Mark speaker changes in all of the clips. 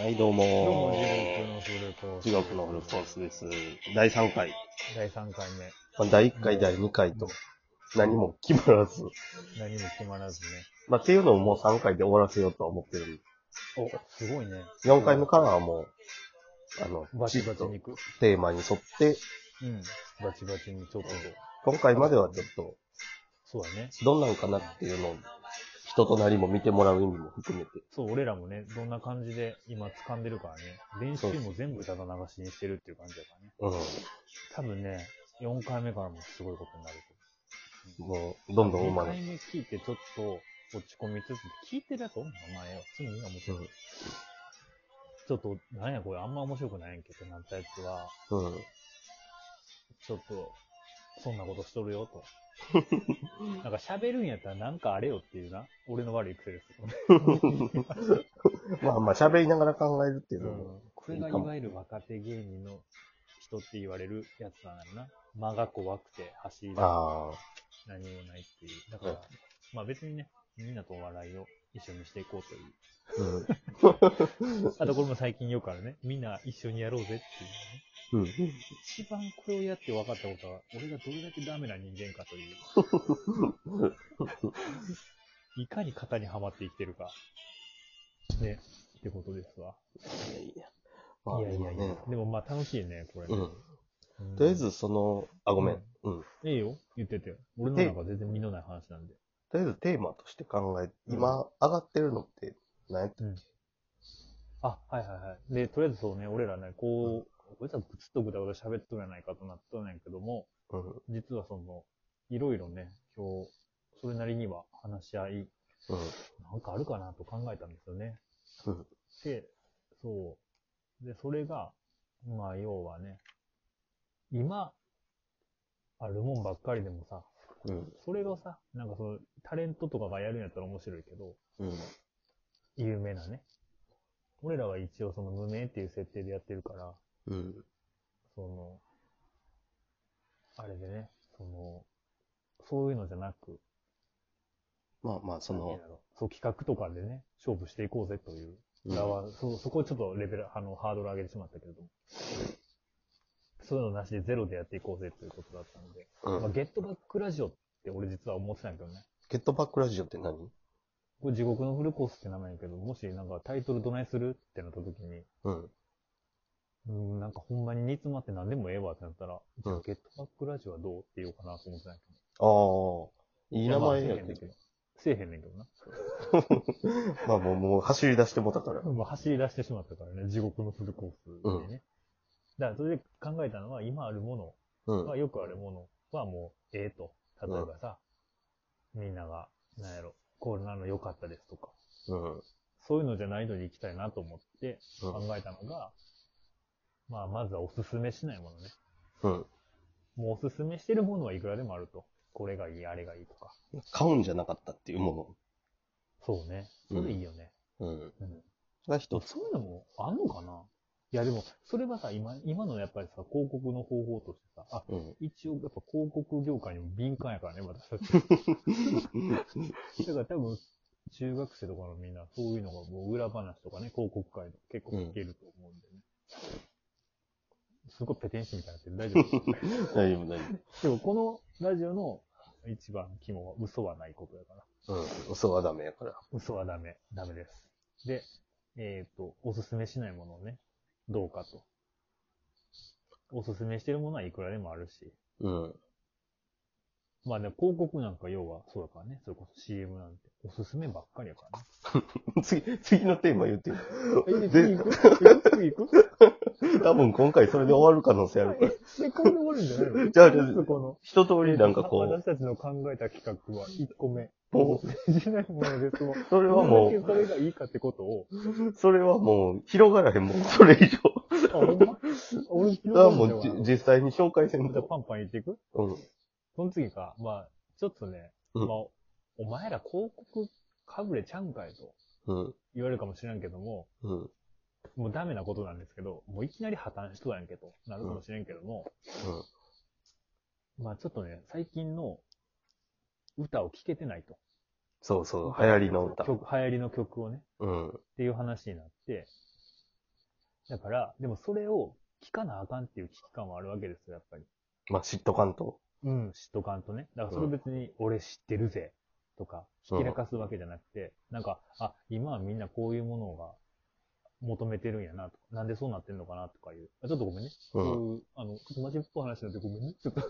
Speaker 1: はい、どう
Speaker 2: どうも、
Speaker 1: も
Speaker 2: 地獄のフルコース。
Speaker 1: 地獄のフルコースです。第3回。
Speaker 2: 第3回目。
Speaker 1: まあ第1回、第2回と、何も決まらず。
Speaker 2: 何も決まらずね。
Speaker 1: まあ、っていうのをもう3回で終わらせようとは思ってる。
Speaker 2: お、すごいね。
Speaker 1: 4回目からはもう、あの、
Speaker 2: バチ
Speaker 1: きち
Speaker 2: バ
Speaker 1: っ
Speaker 2: チ
Speaker 1: と
Speaker 2: にいく。
Speaker 1: テーマに沿って、
Speaker 2: うん。バチバチにちょっと。
Speaker 1: 今回まではちょっと、
Speaker 2: そうだね。
Speaker 1: どんなんかなっていうのを、人となりも見てもらう意味も含めて。
Speaker 2: そう、俺らもね、どんな感じで今掴んでるからね。練習も全部ただ流しにしてるっていう感じだからね。
Speaker 1: う
Speaker 2: 多分ね、4回目からもすごいことになる
Speaker 1: ん。もう、どん
Speaker 2: と
Speaker 1: どん
Speaker 2: 思う。
Speaker 1: 生まれ
Speaker 2: 2回目聞いてちょっと落ち込みつつ、聞いてるやつおんのお前よ。常に思ってる。ちょっと、なんやこれ、あんま面白くないんけってなったやつは、
Speaker 1: うん。
Speaker 2: ちょっと、そんなことしとるよ と。なんか喋るんやったらなんかあれよっていうな。俺の悪い癖です。
Speaker 1: まあまあ、喋りながら考えるっていう
Speaker 2: う
Speaker 1: の
Speaker 2: ん
Speaker 1: も、
Speaker 2: これがいわゆる若手芸人の人って言われるやつなんだろうな。間が怖くて走り出す
Speaker 1: ああ、
Speaker 2: 何もないっていう。だから、
Speaker 1: うん
Speaker 2: まあ別にね、みんなとお笑いを一緒にしていこうという。
Speaker 1: うん。
Speaker 2: あとこれも最近よくあるね。みんな一緒にやろうぜっていうね。
Speaker 1: うん。
Speaker 2: 一番これをやって分かったことは、俺がどれだけダメな人間かという。 いかに型にはまって生きてるか。ね。ってことですわ。
Speaker 1: いやいや。まあ、
Speaker 2: いやいやいや。
Speaker 1: ね
Speaker 2: でもまあ楽しいね、これ。
Speaker 1: うん。
Speaker 2: うん
Speaker 1: とりあえ。ず、その、あ、ごめん。うん。と
Speaker 2: いいよ。言ってて。俺の中全然身のない話なんで。
Speaker 1: りあえず、テーマとして考え、
Speaker 2: うん
Speaker 1: 今、上がってるのって、何やっ
Speaker 2: あ、はいはいはい。で、とりあえずそうね、俺らね、こう、こいつはずっとぐだぐだ喋っとるやないかとなっとるんやけども、
Speaker 1: たうん。
Speaker 2: 実はその、いろいろね、今日、それなりには話し合い、なんかあるかなと考えたんですよね。
Speaker 1: うん。
Speaker 2: で、そう。で、それが、まあ、要はね、今、あるもんばっかりでもさ、
Speaker 1: うん。
Speaker 2: それがさ、なんかその、タレントとかがやるんやったら面白いけど、
Speaker 1: うん。
Speaker 2: 有名なね。俺らは一応その無名っていう設定でやってるから、
Speaker 1: うん。
Speaker 2: その、あれでね、その、そういうのじゃなく、
Speaker 1: まあまあ、そ
Speaker 2: なんてい
Speaker 1: の
Speaker 2: うん、だろうそう企画とかでね、勝負していこうぜという
Speaker 1: うん
Speaker 2: 裏は、そそこをちょっとレベル、あの、ハードル上げてしまったけれども。そういうのなしでゼロでやっていこうぜということだったので。
Speaker 1: う
Speaker 2: まあ、
Speaker 1: ん
Speaker 2: ゲットバックラジオって俺実は思ってたんやけどね。
Speaker 1: ゲットバックラジオって何
Speaker 2: これ地獄のフルコースって名前やけど、もしなんかタイトルどないするってなった時に、
Speaker 1: うん。
Speaker 2: うん、なんかほんまに煮詰まって何でもええわってなったら、じゃ
Speaker 1: うん
Speaker 2: あゲットバックラジオはどうって言おうかなと思ってたんやけ
Speaker 1: ああ、いい
Speaker 2: ど。
Speaker 1: 名前や
Speaker 2: まあせえへん
Speaker 1: け
Speaker 2: ねんけ
Speaker 1: ど。
Speaker 2: ど。せえへんねんけどな。
Speaker 1: まあもう、もう走り出してもうたから。
Speaker 2: もう走り出してしまったからね、地獄のフルコースでね。だからそれで考えたのは、今あるも
Speaker 1: う
Speaker 2: の、
Speaker 1: ん
Speaker 2: は。よくあるものはもう、ええと。例えばさ、みんなが、なんやろ、こんなの良かったですとか、
Speaker 1: うん。
Speaker 2: そういうのじゃないのに行きたいなと思って
Speaker 1: うん
Speaker 2: 考えたのが、まあ、まずはおすすめしないものね。
Speaker 1: うん。
Speaker 2: もうおすすめしてるものはいくらでもあると。これがいい、あれがいいとか。
Speaker 1: 買うんじゃなかったっていうも
Speaker 2: そうね。それいいよね。
Speaker 1: の。うん。
Speaker 2: うん
Speaker 1: それは一つ。
Speaker 2: そういうのもあんのかないやでも、それはさ、今、今のやっぱりさ、広告の方法としてさ、あ、
Speaker 1: うん。
Speaker 2: 一応やっぱ広告業界にも敏感やからね、私たち。だから多分、中学生とかのみんな、そういうのがもう裏話とかね、広告界の結構聞けると思うんでね。すごいペテン師みたいになってる。大丈夫。
Speaker 1: 大丈夫、大丈
Speaker 2: でもこのラジオの一番肝は嘘はないことやから。
Speaker 1: 夫。うん。嘘はダメやから。
Speaker 2: 嘘はダメ。ダメです。で、えっ、と、おすすめしないものをね、どうかと。おすすめしてるものはいくらでもあるし。
Speaker 1: うん。
Speaker 2: まあね、広告なんか要はそうだからね、それこそ CM なんて、おすすめばっかりやからね。
Speaker 1: 次、次のテーマ言ってよ
Speaker 2: え
Speaker 1: で
Speaker 2: 次行く次行く
Speaker 1: 多分今回それで終わる可能性あるから。
Speaker 2: え、これで終わるんじゃないの
Speaker 1: じゃあじゃあ
Speaker 2: そこの、
Speaker 1: 一通りなんかこ
Speaker 2: 私たちの考えた企画は1個目。
Speaker 1: う、もう、
Speaker 2: おすすめしない ものですもん。
Speaker 1: それはも
Speaker 2: どんだけそれがいいかってことを、
Speaker 1: う、それはもう、広がらへんもん、それ以上。
Speaker 2: あ、ほんま俺、
Speaker 1: それは
Speaker 2: も
Speaker 1: も
Speaker 2: う
Speaker 1: う、じ実際に紹介せんと。
Speaker 2: パンパン言っていく
Speaker 1: うん。
Speaker 2: その次か、まあ、ちょっとね、
Speaker 1: うん
Speaker 2: まあ、お前ら広告かぶれちゃうんかいと
Speaker 1: うん。
Speaker 2: 言われるかもしれんけども、
Speaker 1: うん。
Speaker 2: もうダメなことなんですけど、もういきなり破綻しとうやんけとなるかもしれんけども、まあちょっとね、最近の歌を聴けてないと。
Speaker 1: そうそう、流行りの歌。
Speaker 2: 曲流行りの曲をね、
Speaker 1: うん。
Speaker 2: っていう話になって、だから、でもそれを聞かなあかんっていう危機感はあるわけですよ、やっぱり。
Speaker 1: まあ、嫉妬感と。
Speaker 2: うん、知っとかんとね。だからそれ別に、俺知ってるぜ、とか、ひきらかすわけじゃなくて、なんか、あ、今はみんなこういうものが求めてるんやな、とか、なんでそうなってんのかな、とかいう。あちょっとごめんね。
Speaker 1: うん
Speaker 2: そういう、あの、友達っぽい話になってごめんね。ちょっと、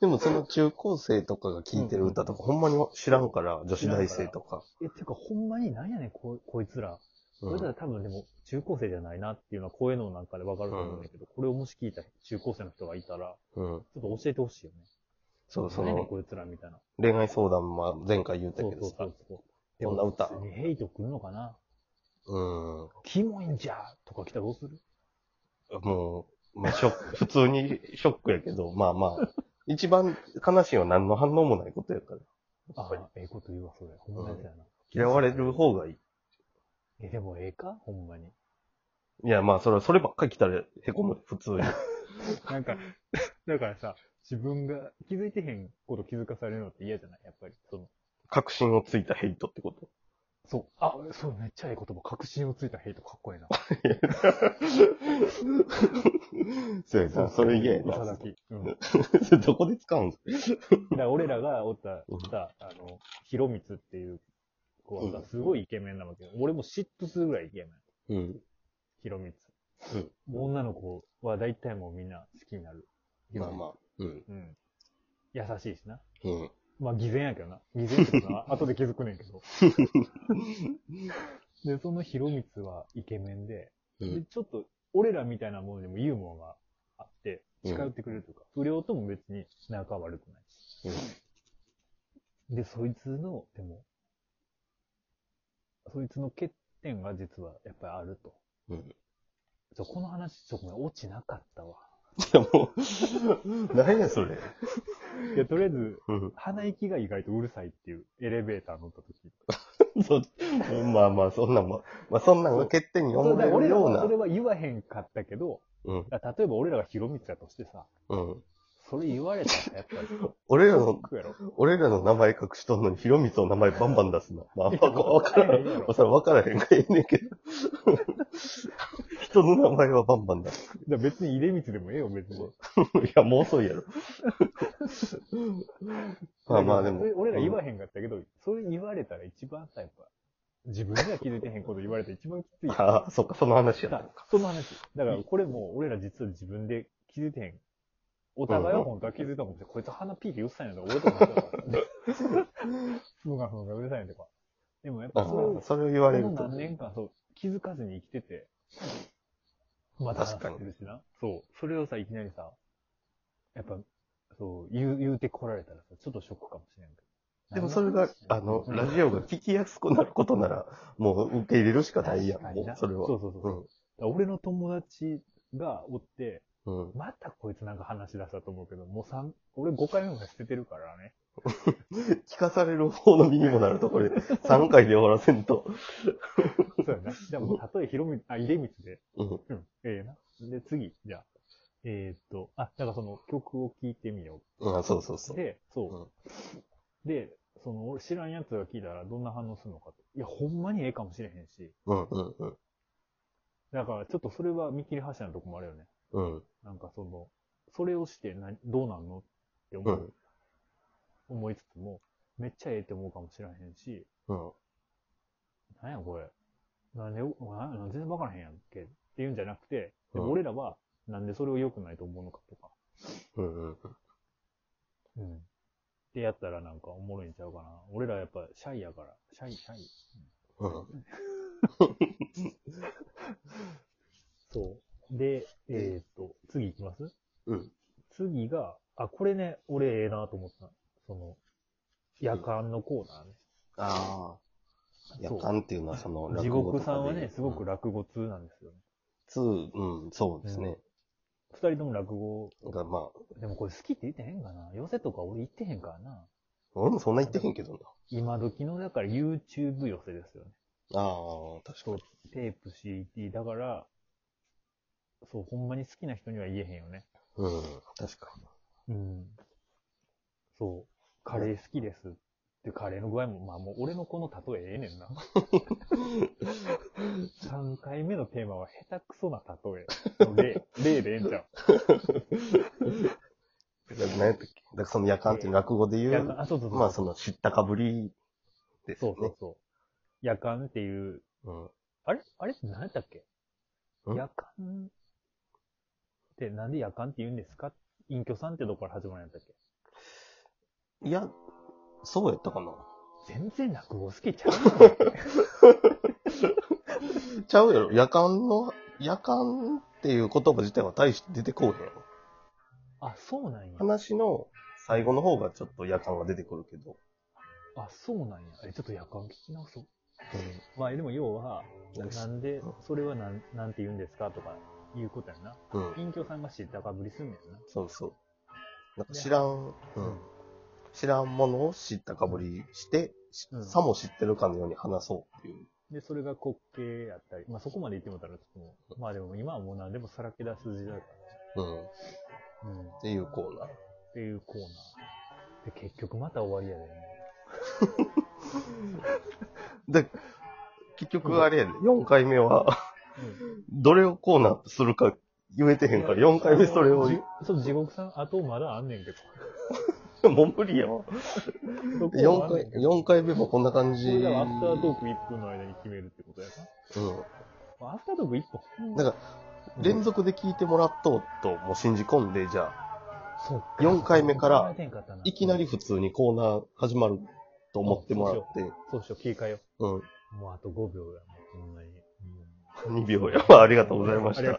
Speaker 1: でもその中高生とかが聴いてる歌とか、ほんまに知らんから、女子大生とか。
Speaker 2: え、てかほんまになんやねん、ここいつら。こ
Speaker 1: う
Speaker 2: れ
Speaker 1: ん
Speaker 2: だら多分でも、中高生じゃないなっていうのは声のなんかでわかると思うんだけど、これをもし聞いた中高生の人がいたら、
Speaker 1: うん。
Speaker 2: ちょっと教えてほしいよね。
Speaker 1: そう、そ
Speaker 2: なんやねん
Speaker 1: の、
Speaker 2: こいつらみたいな。
Speaker 1: 恋愛相談、まあ、前回言った
Speaker 2: そ
Speaker 1: け
Speaker 2: うそ
Speaker 1: ど
Speaker 2: うそ
Speaker 1: さ
Speaker 2: う、そう。
Speaker 1: こんな歌。
Speaker 2: 普通にヘイト来るのかな
Speaker 1: うん。
Speaker 2: キモいんじゃとか来たらどうする
Speaker 1: もう、まあ、ショック、普通にショックやけど、まあまあ、一番悲しいのは何の反応もないことやから。や
Speaker 2: あ
Speaker 1: っぱり
Speaker 2: あ、ええこと言うわ、それ。ほんまやつやな。
Speaker 1: 嫌われる方がいい。
Speaker 2: え、でもええかほんまに。
Speaker 1: いや、まあ、それ、そればっかり来たら凹む、普通に。
Speaker 2: なんか、だからさ、自分が気づいてへんこと気づかされるのって嫌じゃないやっぱり。その、
Speaker 1: 確信をついたヘイトってこと。
Speaker 2: そう。あ、そう、めっちゃええ言葉。確信をついたヘイトかっこええな。
Speaker 1: そうやな、それ嫌や
Speaker 2: いた
Speaker 1: な
Speaker 2: だ。き。うん。だか
Speaker 1: それどこで使うんすから
Speaker 2: 俺らがおった
Speaker 1: うん、
Speaker 2: さ、あの、ひろみつっていう子はさ、すごいイケメンなわけよ。俺も嫉妬するぐらいイケメン。
Speaker 1: うん。
Speaker 2: ひろみつ。
Speaker 1: うん
Speaker 2: 女の子は大体もうみんな好きになる。
Speaker 1: まあまあ。うん。
Speaker 2: うん。優しいしな。
Speaker 1: うん。
Speaker 2: まあ偽善やけどな。偽善ってこと は後で気づくねんけど。 で、そのひろみつはイケメンで、
Speaker 1: う
Speaker 2: で
Speaker 1: ん。
Speaker 2: ちょっと俺らみたいなものにもユーモアがあって、近寄ってくれるというか、不良とも別に仲悪くないし。で、そいつの、でも、そいつの欠点が実はやっぱりあると。
Speaker 1: うん。
Speaker 2: ちょこの話、ちょ、ごめん、落ちなかったわ。
Speaker 1: いや、もう、何やそれ。
Speaker 2: いや、とりあえず、
Speaker 1: うん。
Speaker 2: 鼻息が意外とうるさいっていう、エレベーター乗った時。
Speaker 1: そ、まあまあ、そんなんも、まあそんなんが欠点に思えるような
Speaker 2: そ。れは言わへんかったけど、
Speaker 1: うん。
Speaker 2: だから例えば俺らがヒロミツやとしてさ、
Speaker 1: うん。
Speaker 2: それ言われたらやっぱ り、
Speaker 1: 俺ら
Speaker 2: ショ
Speaker 1: の
Speaker 2: ッ、クやろ。
Speaker 1: 俺らの名前隠しとんのに、ヒロミツの名前バンバン出すな。 まあ、まあわからん。まあ、それわからへんからええねんけど。人の名前はバンバン出す。
Speaker 2: だから別に出光でもええよ、別に。
Speaker 1: いや、もう遅い やろ。まあまあ、でも
Speaker 2: それ。俺ら言わへんかったけど、それ言われたら一番さ、やっぱ、自分では気づいてへんこと言われたら一番きついやん。
Speaker 1: ああ、そっか、その話やった
Speaker 2: だその話。だからこれも、俺ら実は自分で気づいてへん。お互いは本当は気づいたかもしれない。こいつ鼻ピーキうっさいなとか、俺とかも そうだからねふんがふんがうるさいなとか。でもやっ
Speaker 1: あ
Speaker 2: ぱそれを
Speaker 1: あ、それを言われる
Speaker 2: ことの。何年間そう気づかずに生きてて、また話してるしな。そう。それをさ、いきなりさ、やっぱ、そう、言う、言うて来られたらさ、ちょっとショックかもしれんけど。
Speaker 1: でもそれが、あの、ラジ
Speaker 2: オ
Speaker 1: オが聞きやすくなることなら、もう受け入れるしかないやん、もう、それは。
Speaker 2: そうそうそう。だから俺の友達がおって、
Speaker 1: うん。うん。
Speaker 2: またこいつなんか話し出したと思うけど、もう三俺5回目も捨ててるからね。
Speaker 1: 聞かされる方の身にもなるところで、3回で終わらせんと。
Speaker 2: そうや な。じゃあもう、たとえ広め、あ、入れ光で、
Speaker 1: うん。
Speaker 2: うん、ええな。で、次、じゃあ、えーっと、あ、だからその曲を聴いてみよう
Speaker 1: うん、そうそうそう。
Speaker 2: で、そう。で、その、俺知らんやつが聞いたらどんな反応するのかと。いや、ほんまにええかもしれへんし。
Speaker 1: うん、うん、うん。
Speaker 2: だから、ちょっとそれは見切り発車のとこもあるよね。
Speaker 1: うん、
Speaker 2: なんかその、それをしてな、どうなんのって思
Speaker 1: う
Speaker 2: う、
Speaker 1: ん、
Speaker 2: 思いつつも、めっちゃええって思うかもしれへんし、
Speaker 1: うん。
Speaker 2: なんやこれ。なんで、なんなん全然わからへんやんけ。っていうんじゃなくて、
Speaker 1: う
Speaker 2: で
Speaker 1: ん
Speaker 2: も俺らは、なんでそれを良くないと思うのかとか。
Speaker 1: うん、うん。
Speaker 2: うん。ってやったらなんかおもろいんちゃうかな。俺らやっぱシャイやから。シャイ、シャイ。
Speaker 1: うん。
Speaker 2: そう。で、えーっと、次行きます
Speaker 1: うん。
Speaker 2: 次が、あ、これね、俺ええなと思った。その、夜間のコーナーね。
Speaker 1: ああ。
Speaker 2: そ
Speaker 1: 夜
Speaker 2: う
Speaker 1: 間っていうのは、その、
Speaker 2: 地獄さんは
Speaker 1: 落
Speaker 2: ね、すご
Speaker 1: 語とか
Speaker 2: く
Speaker 1: で
Speaker 2: 落語通なんですよね。
Speaker 1: うん、通うん、そうですね。
Speaker 2: 二人とも落語、
Speaker 1: が、まあ、
Speaker 2: でもこれ好きって言ってへんかな。寄せとか俺言ってへんからな。
Speaker 1: 俺もそんな言ってへんけど
Speaker 2: 今時の、だから YouTube 寄せですよね。
Speaker 1: な。ああ、確か
Speaker 2: そう
Speaker 1: に。、
Speaker 2: テープ CD。だから、そう、ほんまに好きな人には言えへんよね。
Speaker 1: うん、確かに。
Speaker 2: うん。そう。カレー好きです。で、カレーの具合も、まあもう俺のこの例えええねん な。3回目のテーマは下手くそな例え。 例、例でええんちゃう。
Speaker 1: だから何やったっけだからその夜間って落語で言
Speaker 2: 夜間
Speaker 1: う、
Speaker 2: あ、そうそうそう。
Speaker 1: まあその知ったかぶりです
Speaker 2: そ
Speaker 1: ね
Speaker 2: う。そうそう。夜間っていう、
Speaker 1: うん。
Speaker 2: あれあれって何やったっけ
Speaker 1: ん
Speaker 2: 夜間ってなんで夜間って言うんですか隠居さんってどこから始まるんやったっけ
Speaker 1: いや、そうやったかな。
Speaker 2: 全然落語好きちゃう やん
Speaker 1: ちゃうやろ。夜間の、夜間っていう言葉自体は大して出てこうへんやろ。
Speaker 2: あ、そうなんや。
Speaker 1: 話の最後の方がちょっと夜間は出てくるけど。
Speaker 2: あ、そうなんや。え、ちょっと夜間聞き直そう。まあ、でも要は、
Speaker 1: なんか
Speaker 2: なんで、それはなん、なんて言うんですかとか、いうことやんな。
Speaker 1: うん。うん。
Speaker 2: 隠居さんが知ったかぶりすんねんな。
Speaker 1: そうそう。なんか知らん、うん。知らんものを知ったかぶりして、し
Speaker 2: うん
Speaker 1: さも知ってるかのように話そうっていう。
Speaker 2: で、それが滑稽やったり、まあそこまで言ってもたら、ちょっともうまあでも今はもう何でもさらけ出す時代だか
Speaker 1: うん。っ
Speaker 2: ら。うん。って
Speaker 1: いうコーナー。
Speaker 2: ていうコーナー。で、結局また終わりやで、ね。
Speaker 1: で、結局あれやで、4回目は、どれをコーナーとするか言えてへんから、4回目それを
Speaker 2: じ、そう、地獄さん、あとまだあんね んけど。
Speaker 1: もう無理やわ。
Speaker 2: そこはあ
Speaker 1: 4
Speaker 2: んね
Speaker 1: 回
Speaker 2: ん、けど
Speaker 1: 四回目もこんな感じ。
Speaker 2: これだからアフタート
Speaker 1: う
Speaker 2: ーク1分の間に決めるってことや
Speaker 1: ん。
Speaker 2: な。アフタートーク1分。
Speaker 1: なんか、連続で聞いてもらっとうと、もう信じ込んで、じゃあ、
Speaker 2: そっか
Speaker 1: 4回目から
Speaker 2: 考えてんったない
Speaker 1: きなり普通にコーナー始まると思ってもらって、
Speaker 2: そうしよう、切り替えよ
Speaker 1: うん。
Speaker 2: う。もうあと5秒やもう、こんなに。
Speaker 1: 2秒やわ。ありがとうございまし
Speaker 2: あり
Speaker 1: た。
Speaker 2: がとうございました